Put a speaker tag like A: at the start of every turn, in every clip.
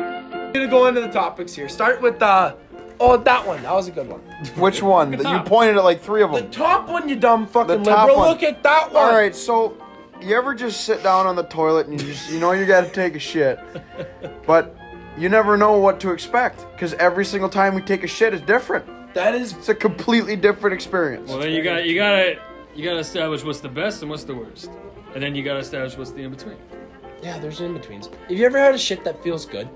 A: gonna go into the topics here. Start with uh, oh that one. That was a good one.
B: Which one? That you
C: top.
B: pointed at like three of
A: The
B: them.
A: top one, you dumb fucking
B: top
A: liberal.
B: one.
A: Look at that one.
B: All right, so you ever just sit down on the toilet and you just you know you got to take a shit, but you never know what to expect because every single time we take a shit is different.
A: That is
B: It's a completely different experience.
C: Well, then you got to you got to you got to establish what's the best and what's the worst, and then you got to establish what's the in between.
A: yeah. There's in betweens. Have you ever had a shit that feels good?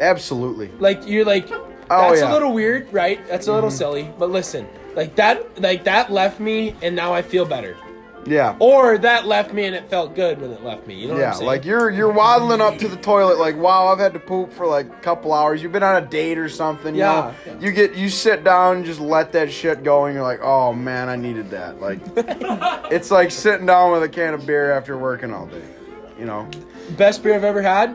B: Absolutely.
A: Like you're like
B: Oh,
A: that's
B: yeah. Mm-hmm.
A: a little weird, right? That's a little silly. But listen, like that, like that left me, and now I feel better.
B: Yeah.
A: Or that left me, and it felt good when it left me. You know what I'm
B: Yeah,
A: saying?
B: like you're you're waddling up to the toilet like, wow, I've had to poop for like a couple hours. You've been on a date or something.
A: Yeah.
B: You, know? you get you sit down, and just let that shit go, and you're like, oh man, I needed that. Like, it's like sitting down with a can of beer after working all day. You know.
A: Best beer I've ever had,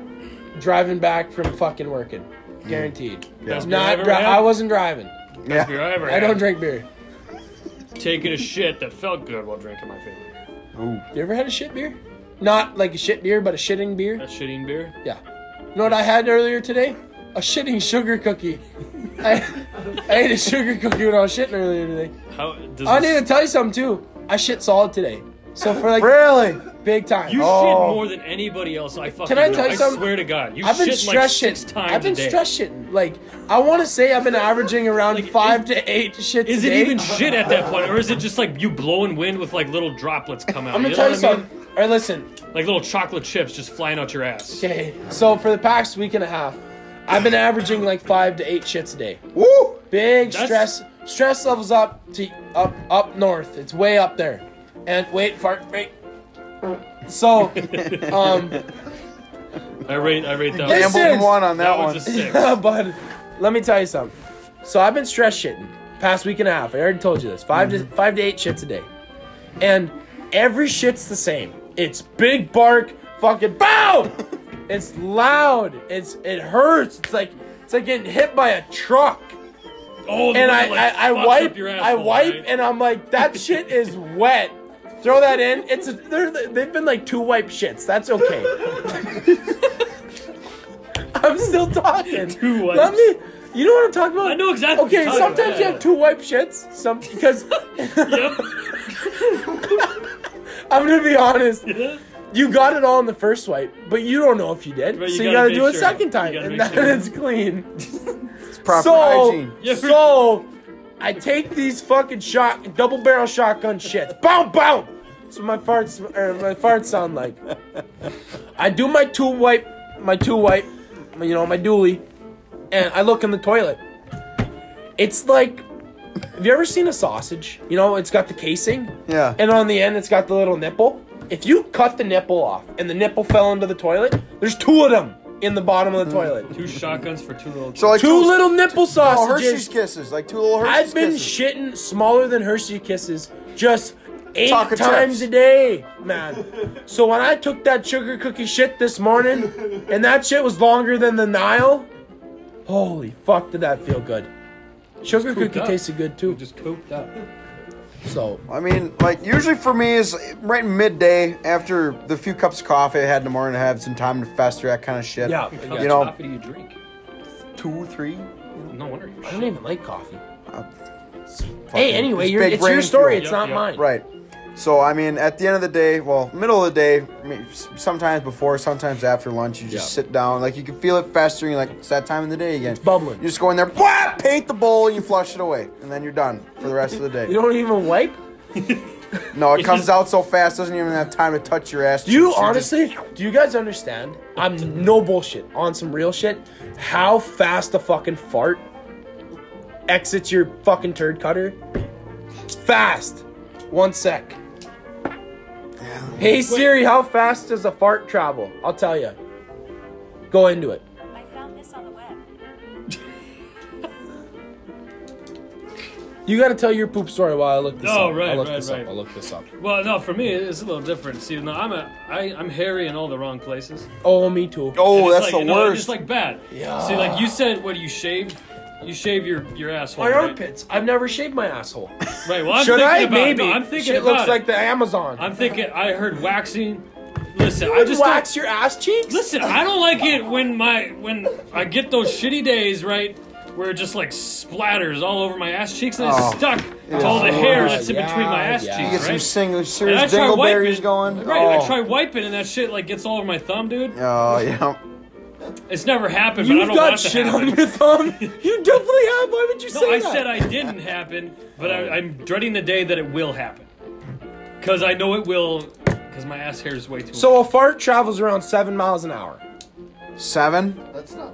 A: driving back from fucking working.
B: Mm.
A: Guaranteed.
B: Best
C: beer I've
A: Not
C: ever
A: dri-
C: had?
A: I wasn't driving.
C: If you're
B: Yeah.
C: ever
A: I don't drink beer.
C: taking a shit that felt good while drinking my favorite beer.
B: Ooh.
A: You ever had a shit beer? Not like a shit beer, but a shitting beer?
C: That shitting beer.
A: Yeah. You know what I had earlier today? A shitting sugar cookie. I, I ate a sugar cookie when I was shitting earlier today.
C: How does
A: I need
C: this-
A: to tell you something too. I shit solid today. So for like
B: Really?
A: big time.
C: You
B: Oh.
C: shit more than anybody else. I fucking.
A: Can I
C: know.
A: tell you
C: I
A: something?
C: swear to God, you
A: I've been
C: shit like
A: stress
C: six
A: shitting.
C: times
A: I've been
C: a day.
A: stress shitting. Like I want to say I've been averaging around
C: Like,
A: five
C: is-
A: to eight shits.
C: Is
A: a
C: it
A: day.
C: even shit at that point, or is it just like you blowing wind with like little droplets come out?
A: I'm gonna
C: you know
A: tell you
C: what I mean?
A: something. All right, listen.
C: Like little chocolate chips just flying out your ass.
A: Okay, so for the past week and a half, I've been averaging like five to eight shits a day.
B: Woo!
A: Big
C: That's-
A: stress. Stress levels up to up up north. It's way up there. And wait, fart, wait. So, um,
C: I rate, I rate that.
A: This
C: one.
B: Gambled
A: is-
B: one on that,
C: that
B: one.
C: one's a six.
A: but let me tell you something. So I've been stress shitting past week and a half. I already told you this. 5 to five to eight shits a day, and every shit's the same. It's big bark, fucking bow. it's loud. It's it hurts. It's like it's like getting hit by a truck.
C: Oh, the
A: And
C: one
A: I
C: that, like,
A: I, I
C: fucks up
A: wipe
C: your
A: I
C: asshole,
A: wipe
C: right?
A: and I'm like that shit is wet. Throw that in. It's a, they're, they've been like two wipe shits. That's okay. I'm still talking.
C: Two wipes.
A: Let me. You know what I'm talking about?
C: I know exactly what
A: Okay,
C: you're talking
A: sometimes
C: about,
A: you
C: yeah.
A: have two wipe shits. Some because
C: Yep.
A: I'm gonna be honest. You got it all in the first wipe, but you don't know if you did.
C: Right, you
A: so you gotta,
C: gotta make
A: do it
C: sure. You
A: second time,
C: gotta
A: and
C: make
A: then
C: sure.
A: it's clean.
B: It's proper
A: so,
B: hygiene.
C: Yeah.
A: so I take these fucking shot double barrel shotgun shits. Bow bow. That's what my farts or my farts sound like. I do my two wipe, my two wipe, my- you know my dually, and I look in the toilet. It's like, have you ever seen a sausage? You know, it's got the casing,
B: Yeah.
A: and on the end it's got the little nipple. If you cut the nipple off and the nipple fell into the toilet, there's two of them in the bottom of the toilet.
C: Two shotguns for two little.
B: so like
A: Two little nipple
B: little Hershey's
A: sausages.
B: kisses, like two little Hershey's
A: I've been
B: kisses.
A: shitting smaller than Hershey Kisses just eight
B: Chocolate
A: times a
B: chips.
A: day, man. so when I took that sugar cookie shit this morning, and that shit was longer than the Nile, holy fuck, did that feel good? Sugar
C: cooped
A: cookie
C: up.
A: tasted good too.
C: just cooped up.
A: So
B: I mean, like usually for me is right midday after the few cups of coffee I had in the morning to have some time to fester that kind of shit.
A: Yeah.
C: How much
B: you know,
C: coffee do you drink?
B: two, three.
C: No wonder you're
A: I don't even like coffee.
B: Fucking-
A: Hey, anyway,
B: uh, it's
A: you're,
B: big
A: it's your
B: brain
A: story.
B: fuel.
A: It's
C: Yep,
A: not
C: yep.
A: mine.
B: Right. So I mean, at the end of the day, well, middle of the day, I mean, s- sometimes before, sometimes after lunch, you just
A: Yeah.
B: sit down, like you can feel it festering, like it's that time of the day again. It's
A: bubbling.
B: You just go in there, blah, paint the bowl, and you flush it away, and then you're done for the rest of the
A: You
B: day.
A: don't even wipe.
B: No, it comes out so fast, doesn't even have time to touch your ass.
A: Do you
B: cheeks, you're just-
A: honestly? Do you guys understand? I'm no bullshit on some real shit. How fast a fucking fart exits your fucking turd cutter? Fast. One sec. Hey Siri, how fast does a fart travel? I'll tell you. Go into it.
D: I found this on the web.
A: You got to tell your poop story while I look this
C: Oh,
A: up.
C: right,
A: I'll look
C: right,
A: this
C: right.
A: up. I'll look this up.
C: Well, no, for me it's a little different. See, no, I'm a, I, I'm hairy in all the wrong places.
A: Oh, me too.
B: Oh,
C: It's
B: that's
C: like,
B: the
C: no, It's
B: worst.
C: just like bad.
A: Yeah.
C: See, like you said, what do you shave? You shave your your asshole.
A: My
C: right?
A: armpits. I've never shaved my asshole.
C: Right. Well, I'm
A: Should
C: thinking
A: I?
C: About,
A: Maybe.
C: no, I'm thinking
A: Shit
C: about
A: looks
C: it.
A: like the Amazon.
C: I'm thinking. I heard waxing. Listen, I
A: would
C: just
A: wax
C: don't,
A: your ass cheeks.
C: listen. I don't like it when my when I get those shitty days, right, where it just like splatters all over my ass cheeks and it's
B: Oh.
C: stuck to all the hair
A: Yeah,
C: that's in between my ass
A: yeah.
B: You
A: You
B: get
C: cheeks,
B: some
C: right?
B: single
C: and I
B: serious
C: try
B: dingleberries
C: wiping,
B: going.
C: Right,
B: oh.
C: I try wiping and that shit like gets all over my thumb, dude.
B: Oh yeah.
C: It's never happened, but I
A: You've
C: don't
A: got
C: want it to
A: shit
C: happen.
A: on your thumb. You definitely have. Why would you
C: No,
A: say
C: I
A: that?
C: said I didn't happen, but I, I'm dreading the day that it will happen. Because I know it will, because my ass hair is way too
A: so a fart travels around seven miles an hour.
B: Seven.
D: That's not.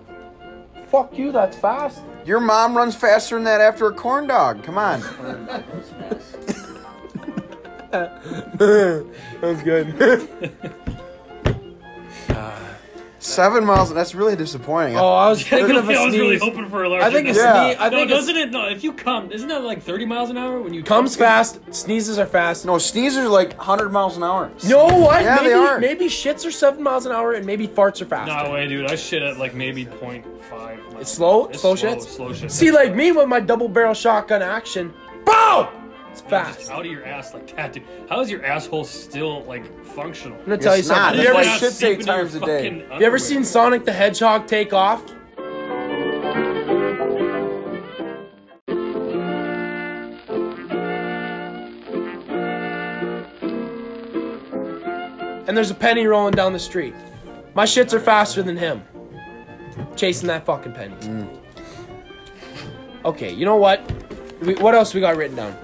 A: Fuck you. That's fast.
B: Your mom runs faster than that after a corn dog. Come on.
A: That's good.
B: Seven miles. That's really disappointing.
A: oh, I was thinking of a
C: I was really
A: sneeze.
C: hoping for a larger
A: I think a
C: number.
B: Yeah.
A: sneeze. I
C: No,
A: think
C: doesn't
A: it
C: it? No, if you come, isn't that like 30 miles an hour when you
A: comes fast. Sneezes are fast.
B: No, sneezers like 100 miles an hour.
A: You know what?
B: Yeah,
A: maybe,
B: they are.
A: Maybe shits are seven miles an hour, and maybe farts are faster.
C: No way, dude. I shit at like maybe 0.5. miles.
A: It's slow,
C: It's
A: slow,
C: slow
A: shits.
C: slow shits.
A: See, like me with my double barrel shotgun action, boom! It's
C: Just
A: fast. I'm
C: out of your ass like that, dude. How is your asshole still like functional?
A: gonna tell you
B: It's not.
A: something. You
B: That's
A: ever,
B: why
A: you
B: I- shits eight times a day.
A: ever seen Sonic the Hedgehog take off? And there's a penny rolling down the street. My shits are faster than him. Chasing that fucking penny. Okay, you know what? We, what else we got written down?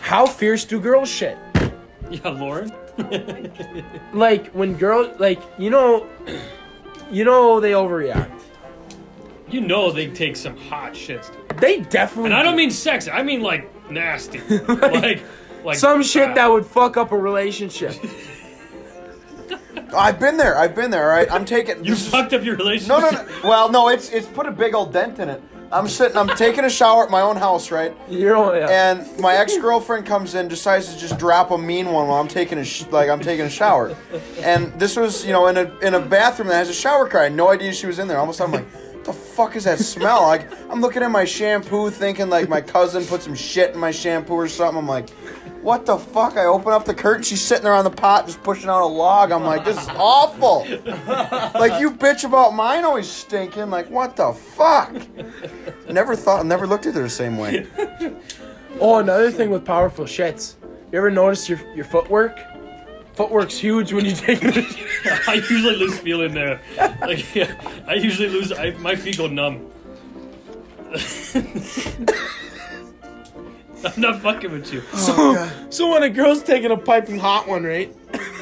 A: How fierce do girls shit?
C: Yeah, Lauren.
A: like when girls like you know you know they overreact
C: You know they take some hot shits, dude.
A: they definitely
C: And I don't
A: do.
C: mean sex. I mean like nasty, like like uh,
A: some shit that would fuck up a relationship
B: I've been there. I've been there. All right. I'm taking.
C: you
B: this is-
C: fucked up your relationship.
B: No, no, no. Well, no. It's it's put a big old dent in it. I'm sitting. I'm taking a shower at my own house, right?
A: you're only
B: And my ex girlfriend comes in, decides to just drop a mean one while I'm taking a sh- like I'm taking a shower. And this was you know in a in a bathroom that has a shower curtain. I had no idea she was in there. Almost I'm like. The fuck is that smell? Like I'm looking at my shampoo, thinking like my cousin put some shit in my shampoo or something. I'm like, what the fuck? I open up the curtain, she's sitting there on the pot, just pushing out a log. I'm like, this is awful. like you bitch about mine always stinking. Like what the fuck? Never thought, never looked at her the same way.
A: oh another thing with powerful shits you ever notice your your footwork footwork's huge when you take it
C: I usually lose feeling there. Like yeah, I usually lose. I, my feet go numb. I'm not fucking with you.
A: so when a girl's taking a piping hot one right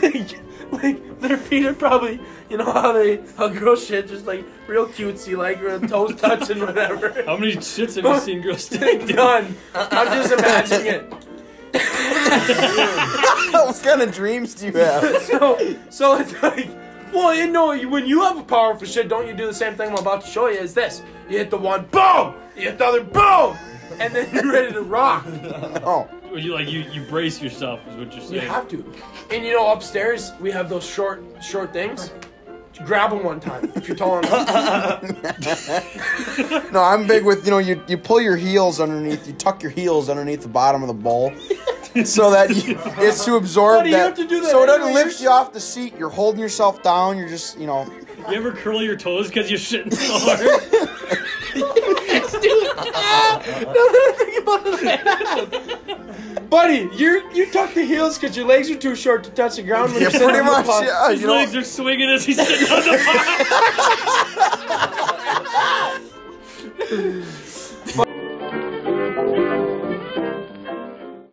A: like, like their feet are probably you know how they how girls shit just like real cutesy like your toes touching whatever
C: How many shits have you seen girls take? dude?
A: done i'm just imagining it
B: what kind of dreams do you have?
A: so, so it's like, well, you know, you- when you have a powerful shit, don't you do the same thing I'm about to show you? Is this? You hit the one, boom. You hit the other, boom, and then you're ready to rock.
B: Oh,
C: Well, You like you, you brace yourself is what you're saying.
A: You have to. And you know, upstairs we have those short, short things. Grab them one time if you're tall enough.
B: no, I'm big with you know you you pull your heels underneath, you tuck your heels underneath the bottom of the bowl, so that you, it's to absorb
A: Why do you
B: that.
A: have to do that
B: So it doesn't
A: anyway?
B: lift you off the seat. You're holding yourself down. You're just you know.
C: You ever curl your toes because you're shitting so hard?
A: Buddy, you you tuck the heels because your legs are too short to touch the ground when
B: Yeah,
A: you're sitting
B: pretty
A: on the
B: much.
A: pub.
B: Yeah,
C: His
B: you know.
C: legs are swinging as he's sitting on the pot.